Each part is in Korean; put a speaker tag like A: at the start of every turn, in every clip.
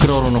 A: 끓어오르는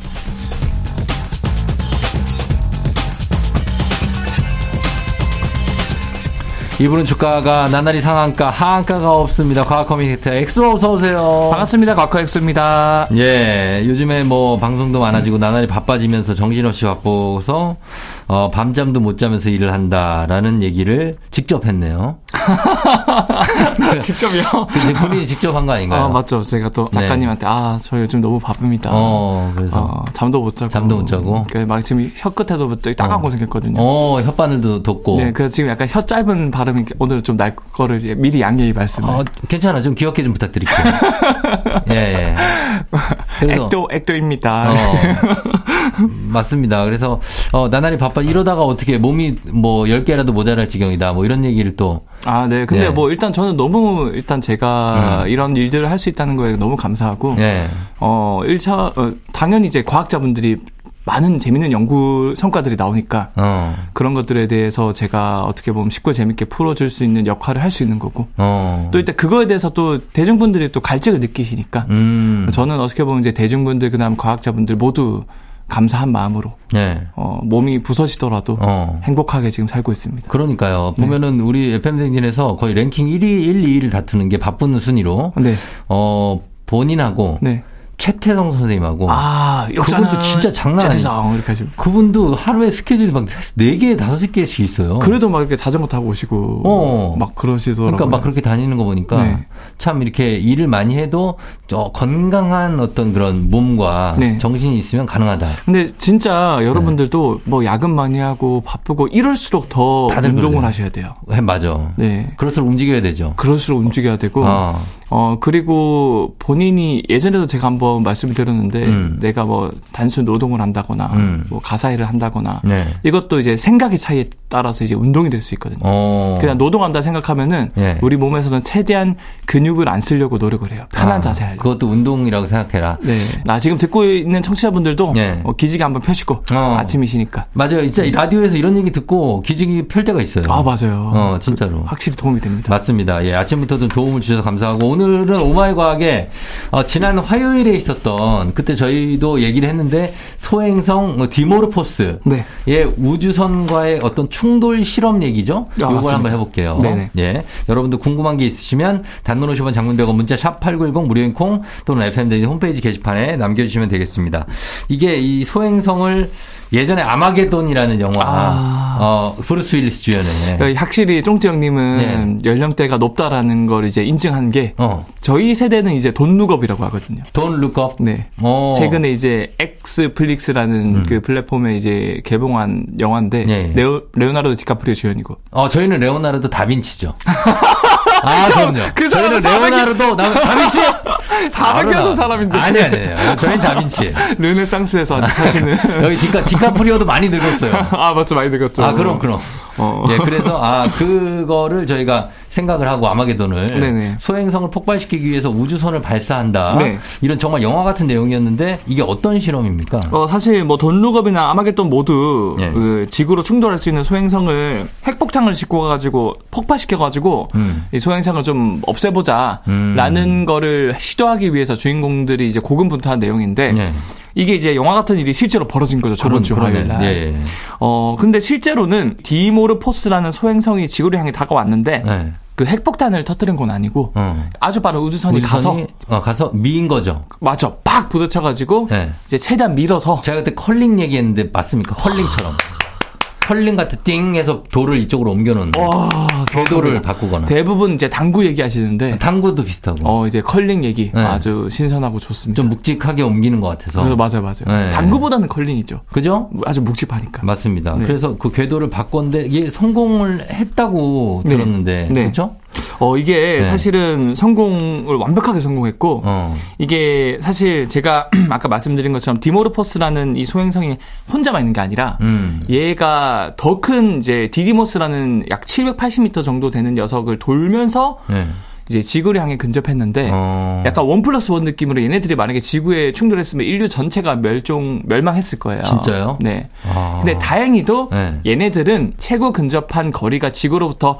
A: 이분은 주가가 나날이 상한가, 하한가가 없습니다. 과학 커뮤니케이터 엑소 어서 오세요.
B: 반갑습니다. 과커 엑소입니다.
A: 예, 요즘에 뭐 방송도 많아지고 나날이 바빠지면서 정신없이 바빠서 어, 밤잠도 못 자면서 일을 한다라는 얘기를 직접 했네요. 아,
B: 직접이요?
A: 그 이제 본인이 직접 한 거 아닌가요?
B: 아, 네. 맞죠. 제가 또 작가님한테 아, 저 요즘 너무 바쁩니다.
A: 네. 어, 그래서
B: 어, 잠도 못 자고.
A: 잠도 못 자고.
B: 그막 지금 혀끝에도 되게 따가운 거 생겼거든요.
A: 어, 혓바늘도 돋고.
B: 네, 그래서 지금 약간 혀 짧은 발음이 오늘 좀 날 거를 예, 미리 양해의 말씀을.
A: 어, 괜찮아. 좀 귀엽게 좀 부탁드릴게요. 예, 예. 그래서
B: 액도, 액도입니다.
A: 어, 맞습니다. 그래서, 어, 나날이 바빠, 이러다가 어떻게 몸이 뭐 10개라도 모자랄 지경이다. 뭐 이런 얘기를 또.
B: 아, 네. 근데
A: 예.
B: 뭐 일단 저는 너무 일단 제가
A: 네.
B: 이런 일들을 할 수 있다는 거에 너무 감사하고.
A: 예.
B: 어, 1차, 당연히 이제 과학자분들이 많은 재밌는 연구 성과들이 나오니까
A: 어,
B: 그런 것들에 대해서 제가 어떻게 보면 쉽고 재밌게 풀어줄 수 있는 역할을 할 수 있는 거고
A: 어.
B: 또 일단 그거에 대해서 또 대중분들이 또 갈증을 느끼시니까
A: 음.
B: 저는 어떻게 보면 이제 대중분들 그다음 과학자분들 모두 감사한 마음으로
A: 예.
B: 어, 몸이 부서지더라도
A: 어.
B: 행복하게 지금 살고 있습니다.
A: 그러니까요.
B: 네.
A: 보면은 우리 FM 댕진에서 거의 랭킹 1위, 1, 2위를 다투는 게 바쁜 순위로
B: 네,
A: 어 본인하고
B: 네.
A: 최태성 선생님하고
B: 아 역사는
A: 어. 그분도 진짜 장난 아니-
B: 재상 이렇게 하시고
A: 그분도 하루에 스케줄이 막 4개, 5개씩 있어요.
B: 그래도 막 이렇게 자전거 타고 오시고
A: 어.
B: 막 그러시더라고요.
A: 그러니까 막 그렇게 다니는 거 보니까
B: 네.
A: 참 이렇게 일을 많이 해도 저 건강한 어떤 그런 몸과
B: 네.
A: 정신이 있으면 가능하다.
B: 근데 진짜 여러분들도 뭐 야근 많이 하고 바쁘고 이럴수록 더
A: 네. 다들
B: 운동을
A: 그러네요.
B: 하셔야 돼요.
A: 네, 맞아.
B: 네.
A: 그럴수록 움직여야 되죠.
B: 그럴수록 움직여야 되고, 어,
A: 어.
B: 그리고 본인이 예전에도 제가 한번 말씀을 드렸는데,
A: 음.
B: 내가 뭐 단순 노동을 한다거나,
A: 음.
B: 뭐 가사일을 한다거나,
A: 네.
B: 이것도 이제 생각의 차이에 따라서 이제 운동이 될 수 있거든요.
A: 어.
B: 그냥 노동한다 생각하면은
A: 예.
B: 우리 몸에서는 최대한 근육을 안 쓰려고 노력을 해요. 편한
A: 아,
B: 자세 하려고.
A: 그것도 운동이라고 생각해라.
B: 네. 나 지금 듣고 있는 청취자분들도
A: 예.
B: 어, 기지개 한번 펴시고
A: 어.
B: 아침이시니까.
A: 맞아요. 진짜 이 라디오에서 이런 얘기 듣고 기지개 펼 때가 있어요.
B: 아 맞아요. 그
A: 어, 진짜로.
B: 확실히 도움이 됩니다.
A: 맞습니다. 예, 아침부터 좀 도움을 주셔서 감사하고 오늘은 오마이 과학에 어, 지난 화요일에 있었던 그때 저희도 얘기를 했는데 소행성 어, 디모르포스
B: 네.
A: 예, 우주선과의 어떤 충돌 실험 얘기죠.
B: 아,
A: 요걸
B: 맞습니다.
A: 한번 해볼게요.
B: 네네.
A: 예, 여러분들 궁금한 게 있으시면 단문 50원 장문 100원 문자 샵 #8910 무료인 콩 또는 FM 대지 홈페이지 게시판에 남겨주시면 되겠습니다. 이게 이 소행성을 예전에 아마게돈이라는 영화
B: 아.
A: 어, 브루스 윌리스 주연의
B: 그러니까 확실히 쫑지 형님은 연령대가 높다라는 걸 이제 인증한 게
A: 네. 어,
B: 저희 세대는 이제 돈 룩업이라고 하거든요.
A: 돈 룩업.
B: 네.
A: 어. 음.
B: 최근에 이제 엑스플릭스라는 그 플랫폼에 이제 개봉한 영화인데
A: 예, 예.
B: 레오, 레오나르도 디카프리오 주연이고
A: 어, 저희는 레오나르도 다빈치죠. 아, 그럼요.
B: 그
A: 저희는
B: 사람은
A: 레오나르도 나 다빈치?
B: 400여소 사람인데
A: 아니, 아니, 아니. 저희는 다빈치.
B: 르네상스에서 아직 사시는
A: 여기 디카, 디카프리오도 많이 늙었어요.
B: 아 맞죠 많이 들었죠.
A: 아, 그럼, 그럼.
B: 어.
A: 예, 그래서, 아, 그거를 저희가 생각을 하고 아마게돈을
B: 네네.
A: 소행성을 폭발시키기 위해서 우주선을 발사한다.
B: 네.
A: 이런 정말 영화 같은 내용이었는데 이게 어떤 실험입니까?
B: 어, 사실 뭐 돈룩업이나 아마겟돈 모두
A: 예.
B: 그 지구로 충돌할 수 있는 소행성을 핵폭탄을 싣고 가지고 폭파시켜 가지고
A: 음.
B: 이 소행성을 좀
A: 음.
B: 없애보자라는 거를 시도하기 위해서 주인공들이 이제 고군분투한 내용인데
A: 예.
B: 이게 이제 영화 같은 일이 실제로 벌어진 거죠 저번 네. 주
A: 그러네.
B: 화요일 날.
A: 예.
B: 어 근데 실제로는 디모르포스라는 소행성이 지구를 향해 다가왔는데
A: 예.
B: 그 핵폭탄을 터뜨린 건 아니고
A: 어.
B: 아주 빠른 우주선이, 가서
A: 우주선이, 어, 가서 미인 거죠.
B: 맞아 팍 부딪혀가지고
A: 예.
B: 이제 최대한 밀어서
A: 제가 그때 컬링 얘기했는데 맞습니까? 컬링처럼. 컬링 같은 띵 해서 돌을 이쪽으로 옮겨놓는.
B: 와,
A: 궤도를
B: 정확합니다.
A: 바꾸거나.
B: 대부분 이제 당구 얘기하시는데
A: 당구도 비슷하고.
B: 어 이제 컬링 얘기
A: 음. 네.
B: 아주 신선하고 좋습니다.
A: 좀 묵직하게 옮기는 것 같아서.
B: 그래서 맞아요, 맞아요.
A: 네.
B: 당구보다는 컬링이죠.
A: 그죠?
B: 아주 묵직하니까.
A: 맞습니다.
B: 네.
A: 그래서 그 궤도를 바꿨는데 이게 성공을 했다고
B: 네.
A: 들었는데.
B: 네.
A: 그렇죠?
B: 어 이게
A: 네.
B: 사실은 성공을 완벽하게 성공했고
A: 어.
B: 이게 사실 제가 아까 말씀드린 것처럼 디모르포스라는 이 소행성이 혼자만 있는 게 아니라
A: 음.
B: 얘가 더 큰 이제 디디모스라는 약 780m 정도 되는 녀석을 돌면서
A: 네.
B: 이제 지구를 향해 근접했는데
A: 어.
B: 네. 약간 원 플러스 원 느낌으로 얘네들이 만약에 지구에 충돌했으면 인류 전체가 멸종 멸망했을 거예요.
A: 진짜요?
B: 네.
A: 아.
B: 근데 다행히도
A: 네.
B: 얘네들은 최고 근접한 거리가 지구로부터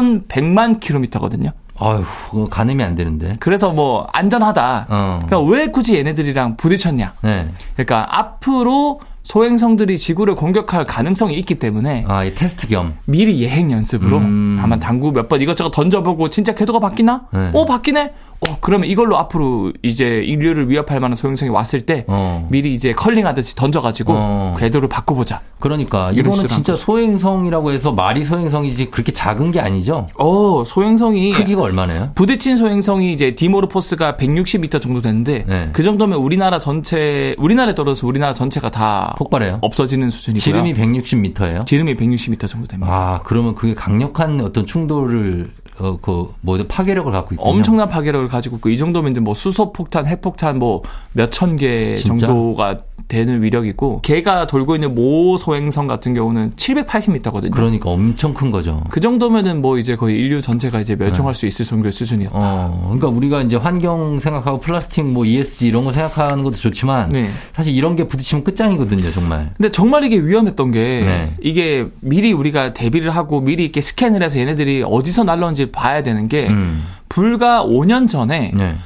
B: 1,100만 킬로미터거든요.
A: 아유, 그거 가늠이 안 되는데.
B: 그래서 뭐 안전하다.
A: 어.
B: 그럼 왜 굳이 얘네들이랑 부딪혔냐?
A: 네.
B: 그러니까 앞으로 소행성들이 지구를 공격할 가능성이 있기 때문에
A: 아, 이 테스트 겸.
B: 미리 예행 연습으로
A: 음.
B: 아마 당구 몇 번 이것저것 던져보고 진짜 궤도가 바뀌나?
A: 네.
B: 어 바뀌네. 어 그러면 이걸로 앞으로 이제 인류를 위협할 만한 소행성이 왔을 때
A: 어.
B: 미리 이제 컬링하듯이 던져가지고
A: 어.
B: 궤도를 바꿔보자.
A: 그러니까
B: 이런
A: 이거는
B: 식으로
A: 진짜 소행성이라고 해서 말이 소행성이지 그렇게 작은 게 아니죠.
B: 어 소행성이
A: 크기가 얼마나요?
B: 부딪힌 소행성이 이제 디모르포스가 160m 정도 되는데
A: 네.
B: 그 정도면 우리나라 전체 우리나라에 떨어져서 우리나라 전체가 다
A: 폭발해요.
B: 없어지는 수준이고요.
A: 지름이 160m예요.
B: 지름이 160m 정도 됩니다.
A: 아, 그러면 그게 강력한 어떤 충돌을 어, 그 뭐든 파괴력을 갖고 있군요.
B: 엄청난 파괴력을 가지고 있고 이 정도면 이제 뭐 수소 폭탄, 핵폭탄 뭐 몇 천 개
A: 진짜?
B: 정도가 되는 위력이고 걔가 돌고 있는 모 소행성 같은 경우는 780m거든요. 그
A: 그러니까 엄청 큰 거죠.
B: 정도면은 뭐 이제 거의 인류 전체가 이제 멸종할
A: 네.
B: 수 있을 정도의 수준이었다.
A: 어, 그러니까 우리가 이제 환경 생각하고 플라스틱 뭐 ESG 이런 거 생각하는 것도 좋지만
B: 네.
A: 사실 이런 게 부딪히면 끝장이거든요, 정말.
B: 근데 정말 이게 위험했던 게
A: 네.
B: 이게 미리 우리가 대비를 하고 미리 이렇게 스캔을 해서 얘네들이 어디서 날라온지 봐야 되는 게
A: 음.
B: 불과 5년 전에
A: 네.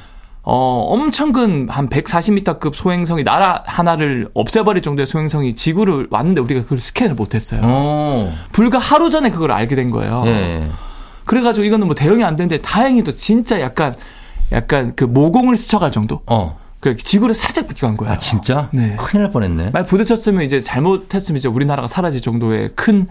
B: 어, 엄청 큰 한 140m급 소행성이 나라 하나를 없애버릴 정도의 소행성이 지구를 왔는데 우리가 그걸 스캔을 못했어요.
A: 어.
B: 불과 하루 전에 그걸 알게 된 거예요.
A: 네.
B: 그래가지고 이거는 뭐 대응이 안 되는데 다행히도 진짜 약간 약간 그 모공을 스쳐갈 정도.
A: 어.
B: 그 지구를 살짝 비껴간 거예요.
A: 아, 진짜?
B: 네.
A: 큰일 날 뻔했네.
B: 만약 부딪혔으면 이제 잘못했으면 이제 우리나라가 사라질 정도의 큰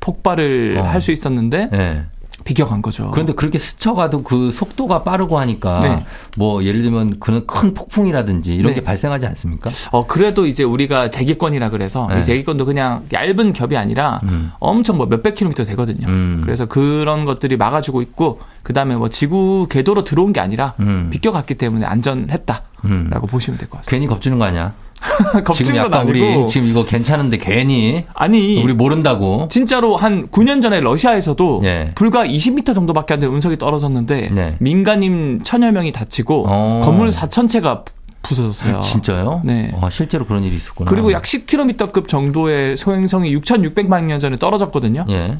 B: 폭발을
A: 어.
B: 할 수 있었는데
A: 네.
B: 비껴간 거죠.
A: 그런데 그렇게 스쳐가도 그 속도가 빠르고 하니까
B: 어. 네.
A: 뭐 예를 들면 그런 큰 폭풍이라든지 이런
B: 네.
A: 게 발생하지 않습니까?
B: 어 그래도 이제 우리가 대기권이라 그래서
A: 네.
B: 이 대기권도 그냥 얇은 겹이 아니라
A: 음.
B: 엄청 뭐 몇백 킬로미터 되거든요.
A: 음.
B: 그래서 그런 것들이 막아주고 있고 그다음에 뭐 지구 궤도로 들어온 게 아니라
A: 음.
B: 비껴갔기 때문에 안전했다라고
A: 음.
B: 보시면 될 것 같습니다.
A: 괜히 겁주는 거 아니야? 지금
B: 겁치는 건
A: 약간
B: 아니고
A: 우리 지금 이거 괜찮은데 괜히
B: 아니
A: 우리 모른다고.
B: 진짜로 한 9년 전에 러시아에서도
A: 예.
B: 불과 20m 정도밖에 안 되는 운석이 떨어졌는데
A: 네.
B: 민간인 천여 명이 다치고
A: 어.
B: 건물 4천 채가 부서졌어요.
A: 진짜요?
B: 네.
A: 아, 실제로 그런 일이 있었구나.
B: 그리고 약 10km급 정도의 소행성이 6,600만 년 전에 떨어졌거든요.
A: 예.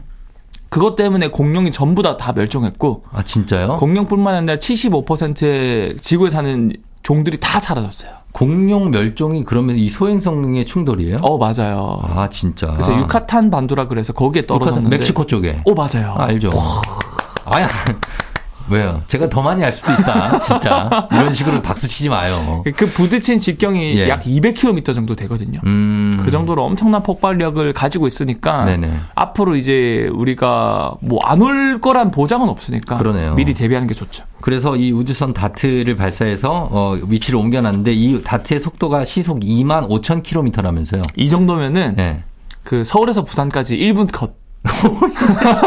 B: 그것 때문에 공룡이 전부 다 다 멸종했고
A: 아, 진짜요?
B: 공룡뿐만 아니라 75%의 지구에 사는 종들이 다 사라졌어요.
A: 공룡 멸종이 그러면 이 소행성의 충돌이에요?
B: 어 맞아요.
A: 아, 진짜.
B: 그래서 유카탄 반도라 그래서 거기에 떨어졌는데
A: 멕시코 쪽에.
B: 오 맞아요.
A: 아, 알죠. 아야. 왜요? 제가 더 많이 알 수도 있다. 진짜. 이런 식으로 박수 치지 마요.
B: 그 부딪힌 직경이
A: 예.
B: 약 200km 정도 되거든요.
A: 음.
B: 그 정도로 엄청난 폭발력을 가지고 있으니까
A: 네네.
B: 앞으로 이제 우리가 뭐 안 올 거란 보장은 없으니까
A: 그러네요.
B: 미리 대비하는 게 좋죠.
A: 그래서 이 우주선 다트를 발사해서 어, 위치를 옮겨놨는데 이 다트의 속도가 시속 2만 5천 킬로미터라면서요.
B: 이 정도면은
A: 예.
B: 그 서울에서 부산까지 1분 컷.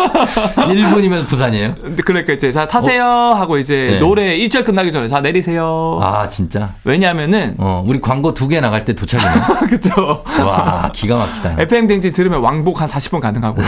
A: 1분이면 부산이에요?
B: 근데 그러니까 이제 자 타세요 하고 이제
A: 네.
B: 노래 1절 끝나기 전에 자 내리세요.
A: 아, 진짜.
B: 왜냐면은
A: 어, 우리 광고 두 개 나갈 때 도착이네.
B: 그죠.
A: 와, 기가 막히다.
B: FM 댕진 들으면 왕복 한 40분 가능하고요.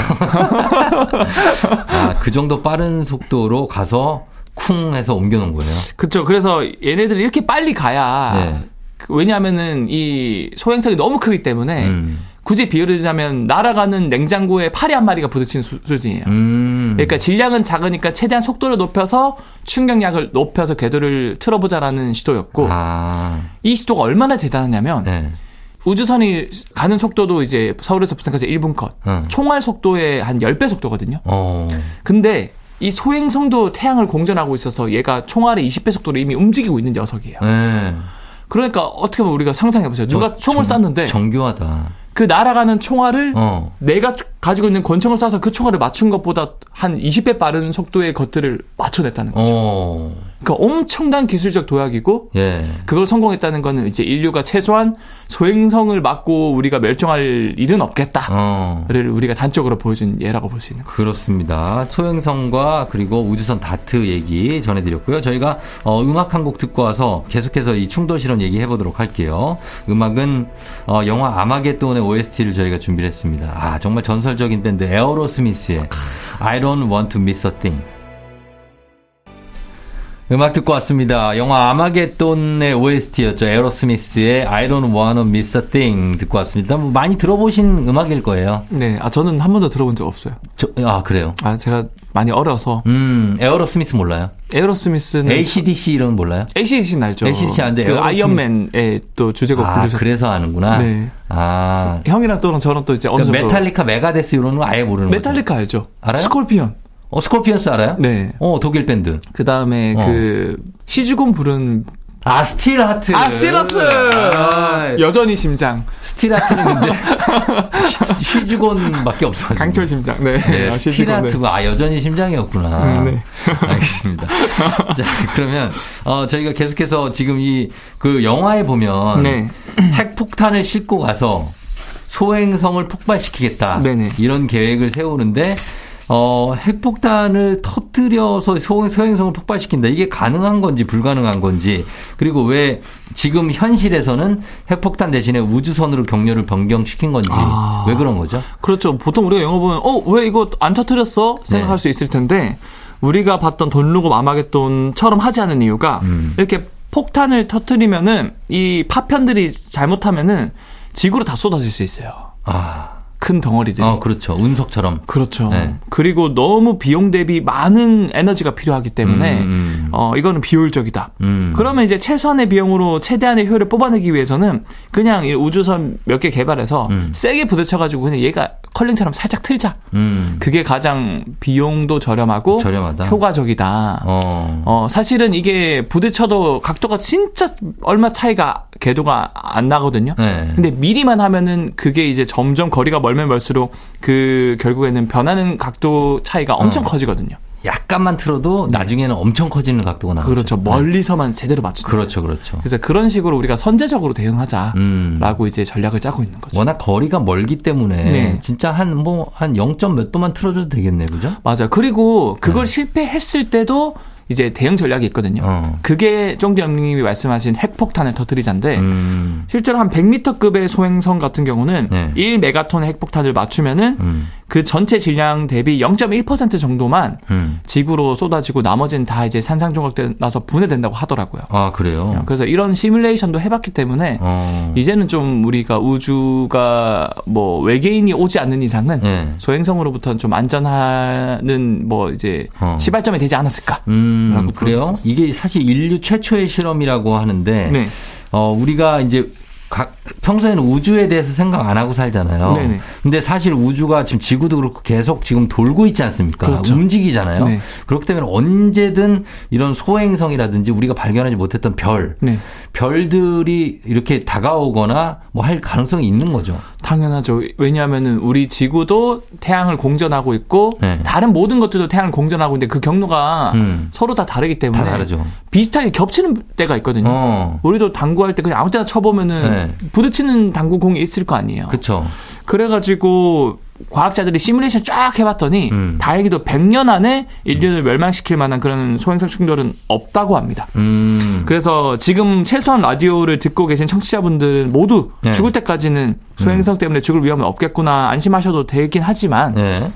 A: 아, 그 정도 빠른 속도로 가서 쿵 해서 옮겨놓은 거예요.
B: 그쵸. 그래서 얘네들이 이렇게 빨리 가야
A: 네.
B: 그 왜냐면은 이 소행성이 너무 크기 때문에
A: 음.
B: 굳이 비유를 드자면 날아가는 냉장고에 파리 한 마리가 부딪히는 수- 수준이에요.
A: 음.
B: 그러니까 질량은 작으니까 최대한 속도를 높여서 충격력을 높여서 궤도를 틀어보자라는 시도였고
A: 아,
B: 이 시도가 얼마나 대단하냐면
A: 네.
B: 우주선이 가는 속도도 이제 서울에서 부산까지 1분 컷.
A: 응.
B: 총알 속도의 한 10배 속도거든요.
A: 어,
B: 근데 이 소행성도 태양을 공전하고 있어서 얘가 총알의 20배 속도로 이미 움직이고 있는 녀석이에요.
A: 네.
B: 그러니까 어떻게 보면 우리가 상상해보세요. 누가
A: 저-
B: 총을
A: 정-
B: 쐈는데
A: 정교하다.
B: 그 날아가는 총알을
A: 어.
B: 내가 가지고 있는 권총을 쏴서 그 총알을 맞춘 것보다 한 20배 빠른 속도의 것들을 맞춰냈다는 거죠.
A: 어.
B: 그러니까 엄청난 기술적 도약이고
A: 예.
B: 그걸 성공했다는 거는 이제 인류가 최소한 소행성을 막고 우리가 멸종할 일은 없겠다.
A: 어.
B: 를 우리가 단적으로 보여준 예라고 볼 수 있는 거.
A: 그렇습니다. 소행성과 그리고 우주선 다트 얘기 전해드렸고요. 저희가 어, 음악 한 곡 듣고 와서 계속해서 이 충돌 실험 얘기해 보도록 할게요. 음악은 어, 영화 아마겟돈의 OST를 저희가 준비했습니다. 아 정말 전설적인 밴드 에어로스미스의 I Don't Want to Miss a Thing. 음악 듣고 왔습니다. 영화 아마겟돈의 OST였죠. 에어로스미스의 I don't wanna miss a thing 듣고 왔습니다. 뭐 많이 들어보신 음악일 거예요.
B: 네, 아 저는 한 번도 들어본 적 없어요.
A: 저, 아, 그래요?
B: 아 제가 많이 어려서
A: 음, 에어로스미스 몰라요?
B: 에어로스미스는
A: ACDC 이런 건 몰라요?
B: ACDC 날죠.
A: AC/DC 안 돼.
B: 그
A: 에어로스미스.
B: 아이언맨의 또 주제곡
A: 아,
B: 부르셨.
A: 그래서 아는구나.
B: 네.
A: 아.
B: 형이랑 또랑 저랑 또 이제 어느
A: 그러니까
B: 정도
A: 메탈리카, 메가데스 이런 건 아예 모르는 거죠.
B: 메탈리카 알죠?
A: 알아요?
B: 스콜피언.
A: 어, 스콜피언스 알아요?
B: 네.
A: 어, 독일 밴드.
B: 그다음에
A: 어.
B: 그 시즈곤 부른
A: 아, 스틸하트.
B: 아 스틸하트
A: 아,
B: 여전히 심장
A: 스틸하트는 근데 시- 시즈곤밖에 없어요.
B: 강철 심장 네,
A: 네,
B: 아, 시즈곤, 네.
A: 스틸하트고 아 여전히 심장이었구나.
B: 음, 네.
A: 알겠습니다. 자 그러면 어, 저희가 계속해서 지금 이 그 영화에 보면
B: 네.
A: 핵폭탄을 싣고 가서 소행성을 폭발시키겠다
B: 네네.
A: 이런 계획을 세우는데 어, 핵폭탄을 터뜨려서 소- 소행성을 폭발시킨다 이게 가능한 건지 불가능한 건지 그리고 왜 지금 현실에서는 핵폭탄 대신에 우주선으로 경로를 변경시킨 건지
B: 아.
A: 왜 그런 거죠?
B: 그렇죠 보통 우리가 영화 보면 어왜 이거 안 터뜨렸어 생각할
A: 네.
B: 수 있을 텐데 우리가 봤던 돈루고 마마겟돈처럼 하지 않은 이유가
A: 음.
B: 이렇게 폭탄을 터뜨리면은 이 파편들이 잘못하면은 지구로 다 쏟아질 수 있어요
A: 아.
B: 큰 덩어리들이
A: 어, 그렇죠. 운석처럼.
B: 그렇죠.
A: 네.
B: 그리고 너무 비용 대비 많은 에너지가 필요하기 때문에
A: 음, 음.
B: 어 이거는 비효율적이다.
A: 음.
B: 그러면 이제 최소한의 비용으로 최대한의 효율을 뽑아내기 위해서는 그냥 이 우주선 몇 개 개발해서 세게 부딪혀가지고 그냥 얘가 컬링처럼 살짝 틀자.
A: 음.
B: 그게 가장 비용도 저렴하고
A: 저렴하다.
B: 효과적이다. 어.
A: 어.
B: 사실은 이게 부딪혀도 각도가 진짜 얼마 차이가 궤도가 안 나거든요.
A: 네.
B: 근데 미리만 하면은 그게 이제 점점 거리가 멀면 멀수록 그 결국에는 변하는 각도 차이가 엄청 커지거든요.
A: 약간만 틀어도 나중에는 엄청 커지는 각도가 나오죠.
B: 그렇죠. 멀리서만 제대로 맞추는.
A: 그렇죠. 그렇죠.
B: 그래서 그런 식으로 우리가 선제적으로 대응하자라고
A: 음.
B: 이제 전략을 짜고 있는 거죠.
A: 워낙 거리가 멀기 때문에
B: 네.
A: 진짜 한 뭐 한 0. 몇 도만 틀어줘도 되겠네, 그죠?
B: 맞아요. 그리고 그걸 실패했을 때도 이제 대응 전략이 있거든요.
A: 어.
B: 그게 쫑디 형님이 말씀하신 핵폭탄을 터뜨리자인데
A: 음.
B: 실제로 한 100m급의 소행성 같은 경우는
A: 네.
B: 1메가톤의 핵폭탄을 맞추면은
A: 음.
B: 그 전체 질량 대비 0.1% 정도만
A: 음.
B: 지구로 쏟아지고 나머지는 다 이제 산상조각 나서 분해된다고 하더라고요.
A: 아, 그래요.
B: 그래서 이런 시뮬레이션도 해봤기 때문에
A: 어.
B: 이제는 좀 우리가 우주가 뭐 외계인이 오지 않는 이상은
A: 네.
B: 소행성으로부터는 좀 안전하는 뭐 이제
A: 어.
B: 시발점이 되지 않았을까.
A: 음,
B: 라고
A: 그래요?
B: 불렀었어요.
A: 이게 사실 인류 최초의 실험이라고 하는데
B: 네.
A: 어, 우리가 이제 각, 평소에는 우주에 대해서 생각 안 하고 살잖아요.
B: 네네.
A: 근데 사실 우주가 지금 지구도 그렇고 계속 지금 돌고 있지 않습니까?
B: 그렇죠.
A: 움직이잖아요.
B: 네.
A: 그렇기 때문에 언제든 이런 소행성이라든지 우리가 발견하지 못했던 별,
B: 네.
A: 별들이 이렇게 다가오거나 뭐 할 가능성이 있는 거죠.
B: 당연하죠. 왜냐하면은 우리 지구도 태양을 공전하고 있고
A: 네.
B: 다른 모든 것들도 태양을 공전하고 있는데 그 경로가
A: 음.
B: 서로 다 다르기 때문에
A: 다 다르죠.
B: 비슷하게 겹치는 때가 있거든요.
A: 어. 네.
B: 우리도 당구할 때 그냥 아무 때나 쳐보면은 부딪히는 당구공이 있을 거 아니에요.
A: 그쵸.
B: 그, 래가지고 과학자들이 시뮬레이션 쫙 해봤더니
A: 음.
B: 다행히도 100년 안에 인류를 멸망시킬 만한 그런 소행성 충돌은 없다고 합니다.
A: 음.
B: 그래서 지금 최소한 라디오를 듣고 계신 청취자분들은 모두
A: 네. 음.
B: 죽을 때까지는 소행성 때문에 죽을 위험은 없겠구나 안심하셔도 되긴 하지만
A: 네.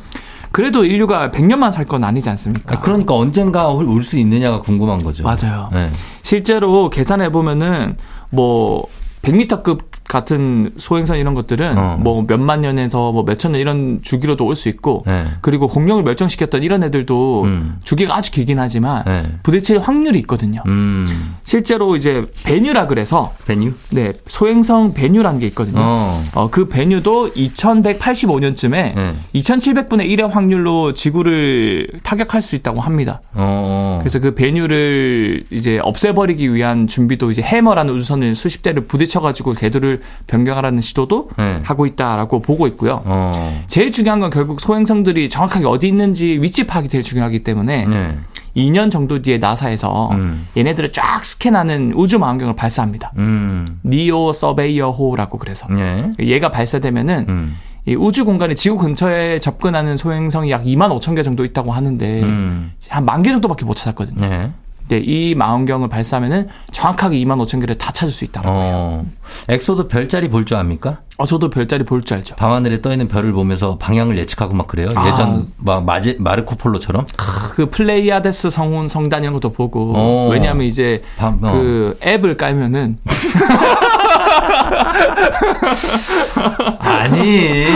B: 그래도 인류가 100년만 살 건 아니지 않습니까?
A: 아, 그러니까 언젠가 올 수 있느냐가 궁금한 거죠.
B: 맞아요.
A: 네.
B: 실제로 계산해 보면은 뭐 100m급 같은 소행성 이런 것들은
A: 어.
B: 뭐 몇만 년에서 뭐 몇천 년 이런 주기로도 올 수 있고
A: 네.
B: 그리고 공룡을 멸종시켰던 이런 애들도
A: 음.
B: 주기가 아주 길긴 하지만
A: 네.
B: 부딪힐 확률이 있거든요.
A: 음.
B: 실제로 이제 배뉴라 그래서
A: 베뉴?
B: 네 소행성 배뉴라는 게 있거든요.
A: 어.
B: 어, 그 배뉴도 2185년쯤에
A: 네.
B: 2700분의 1의 확률로 지구를 타격할 수 있다고 합니다.
A: 어.
B: 그래서 그 배뉴를 이제 없애버리기 위한 준비도 이제 해머라는 우주선을 수십 대를 부딪혀가지고 궤도를 변경하라는 시도도
A: 네.
B: 하고 있다라고 보고 있고요.
A: 어.
B: 제일 중요한 건 결국 소행성들이 정확하게 어디 있는지 위치 파악이 제일 중요하기 때문에
A: 네.
B: 2년 정도 뒤에 나사에서
A: 음.
B: 얘네들을 쫙 스캔하는 우주 망원경을 발사합니다.
A: 음.
B: 니오 서베이어 호라고 그래서
A: 예.
B: 얘가 발사되면은
A: 음.
B: 이 우주 공간에 지구 근처에 접근하는 소행성이 약 2만 5천 개 정도 있다고 하는데
A: 음.
B: 한 만 개 정도밖에 못 찾았거든요.
A: 예.
B: 이제 이 망원경을 발사하면은 정확하게 2만 5천 개를 다 찾을 수 있다. 어.
A: 어. 엑소도 별자리 볼 줄 압니까?
B: 저도 별자리 볼 줄 알죠.
A: 밤하늘에 떠 있는 별을 보면서 방향을 예측하고 막 그래요.
B: 아.
A: 예전 막 마제, 마르코 폴로처럼.
B: 그 플레이아데스 성운 성단 이런 것도 보고
A: 어.
B: 왜냐하면 이제
A: 밤, 어.
B: 그 앱을 깔면은
A: 아니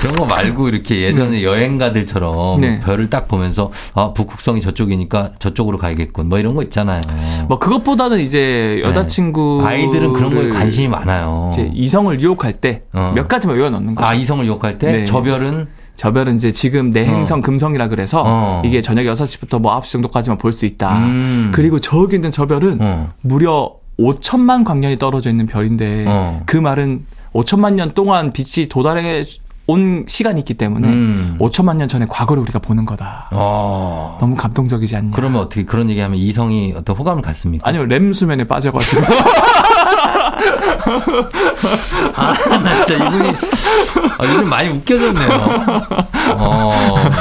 A: 그런 거 말고 이렇게 예전에 여행가들처럼
B: 네.
A: 별을 딱 보면서 아 북극성이 저쪽이니까 저쪽으로 가야겠군 뭐 이런 거 있잖아요.
B: 뭐 그것보다는 이제 여자친구
A: 아이들은 그런 거에 관심이 많아요.
B: 이제 이성을 유혹할 때 몇
A: 어.
B: 가지만 외워 넣는 거죠.
A: 아 이성을 유혹할 때
B: 네.
A: 저 별은
B: 저별은 이제 지금 내 행성 금성이라 그래서
A: 어.
B: 이게 저녁 6시부터 뭐 9시 정도까지만 볼 수 있다.
A: 음.
B: 아, 그리고 저기 있는 저별은
A: 어.
B: 무려 5천만 광년이 떨어져 있는 별인데
A: 어.
B: 그 말은 5천만 년 동안 빛이 도달해 온 시간이 있기 때문에
A: 음.
B: 5천만 년 전에 과거를 우리가 보는 거다.
A: 어.
B: 너무 감동적이지 않냐.
A: 그러면 어떻게 그런 얘기하면 이성이 어떤 호감을 갖습니까?
B: 아니요, 램 수면에 빠져가지고.
A: 나 진짜 이분이 아, 요즘 많이 웃겨졌네요. 어,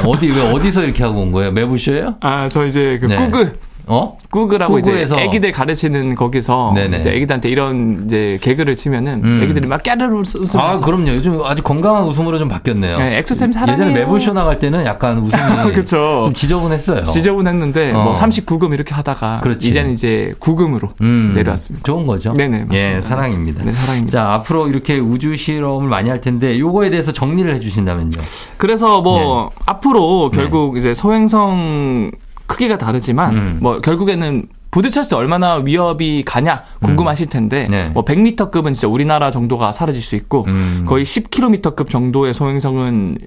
A: 어디 왜 어디서 이렇게 하고 온 거예요? 매부쇼예요?
B: 아, 저 이제 그
A: 네.
B: 꾸그.
A: 어?
B: 꾸그라고 이제
A: 꾸그에서.
B: 애기들 가르치는 거기서
A: 네네.
B: 이제 애기들한테 이런 이제 개그를 치면은
A: 음.
B: 애기들이 막 깨르르 웃으면서
A: 아 그럼요. 요즘 아주 건강한 웃음으로 좀 바뀌었네요.
B: 네, 엑소쌤 사랑해요.
A: 예전에 매부쇼 나갈 때는 약간 웃음이
B: 그쵸.
A: 좀 지저분했어요.
B: 지저분했는데
A: 어.
B: 뭐 39금 이렇게 하다가
A: 그렇지.
B: 이제는 이제 9금으로
A: 음,
B: 내려왔습니다.
A: 좋은 거죠.
B: 네네, 맞습니다.
A: 예, 사랑입니다.
B: 네, 사랑입니다.
A: 자, 앞으로 이렇게 우주 실험을 많이 할 텐데 요거에 대해서 정리를 해 주신다면요.
B: 그래서 뭐
A: 예.
B: 앞으로
A: 네.
B: 결국 이제 소행성 크기가 다르지만
A: 음.
B: 뭐 결국에는 부딪혔을 때 얼마나 위협이 가냐 궁금하실 텐데
A: 네.
B: 뭐 100m급은 진짜 우리나라 정도가 사라질 수 있고
A: 음.
B: 거의 10km급 정도의 소행성은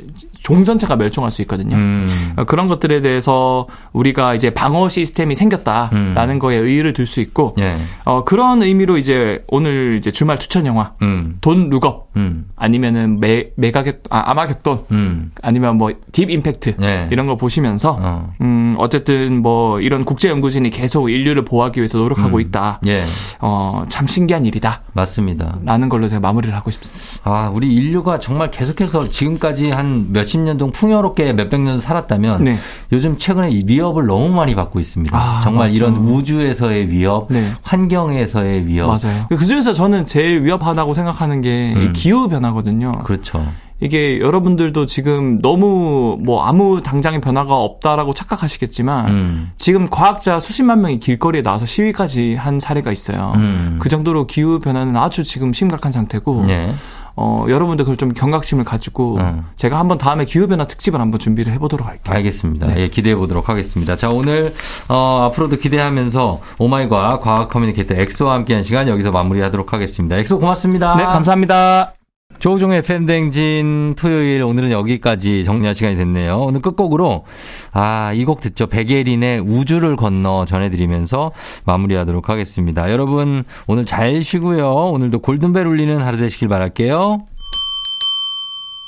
B: 종전체가 멸종할 수 있거든요.
A: 음.
B: 어, 그런 것들에 대해서 우리가 이제 방어 시스템이 생겼다라는 거에 의의를 둘 수 있고
A: 음. 예.
B: 어, 그런 의미로 이제 오늘 이제 주말 추천 영화
A: 음.
B: 돈 룩업
A: 음.
B: 아니면은 매 매가겟 아 아마겟돈
A: 음.
B: 아니면 뭐 딥 임팩트
A: 예.
B: 이런 거 보시면서
A: 어.
B: 음 어쨌든 뭐 이런 국제 연구진이 계속 인류를 보호하기 위해서 노력하고 있다.
A: 예.
B: 어 참 신기한 일이다라는
A: 맞습니다.
B: 걸로 제가 마무리를 하고 싶습니다.
A: 아, 우리 인류가 정말 계속해서 지금까지 한 몇십 년 동안 풍요롭게 몇백 년 살았다면
B: 네.
A: 요즘 최근에 이 위협을 너무 많이 받고 있습니다.
B: 아,
A: 정말
B: 맞죠.
A: 이런 우주에서의 위협,
B: 네.
A: 환경에서의 위협.
B: 맞아요. 그 중에서 저는 제일 위협하다고 생각하는 게 이
A: 음.
B: 기후 변화거든요.
A: 그렇죠.
B: 이게 여러분들도 지금 너무 뭐 아무 당장의 변화가 없다라고 착각하시겠지만
A: 음.
B: 지금 과학자 수십만 명이 길거리에 나와서 시위까지 한 사례가 있어요.
A: 음.
B: 그 정도로 기후 변화는 아주 지금 심각한 상태고
A: 예.
B: 어, 여러분들 그걸 좀 경각심을 가지고
A: 음.
B: 제가 한번 다음에 기후 변화 특집을 한번 준비를 해보도록 할게요.
A: 알겠습니다.
B: 네.
A: 예, 기대해 보도록 하겠습니다. 자, 오늘 어, 앞으로도 기대하면서 오마이과 과학 커뮤니케이터 엑소와 함께한 시간 여기서 마무리하도록 하겠습니다. 엑소 고맙습니다.
B: 네, 감사합니다.
A: 조우종의 팬댕진 토요일 오늘은 여기까지 정리할 시간이 됐네요. 오늘 끝곡으로 아, 이 곡 듣죠. 백예린의 우주를 건너 전해드리면서 마무리하도록 하겠습니다. 여러분 오늘 잘 쉬고요. 오늘도 골든벨 울리는 하루 되시길 바랄게요.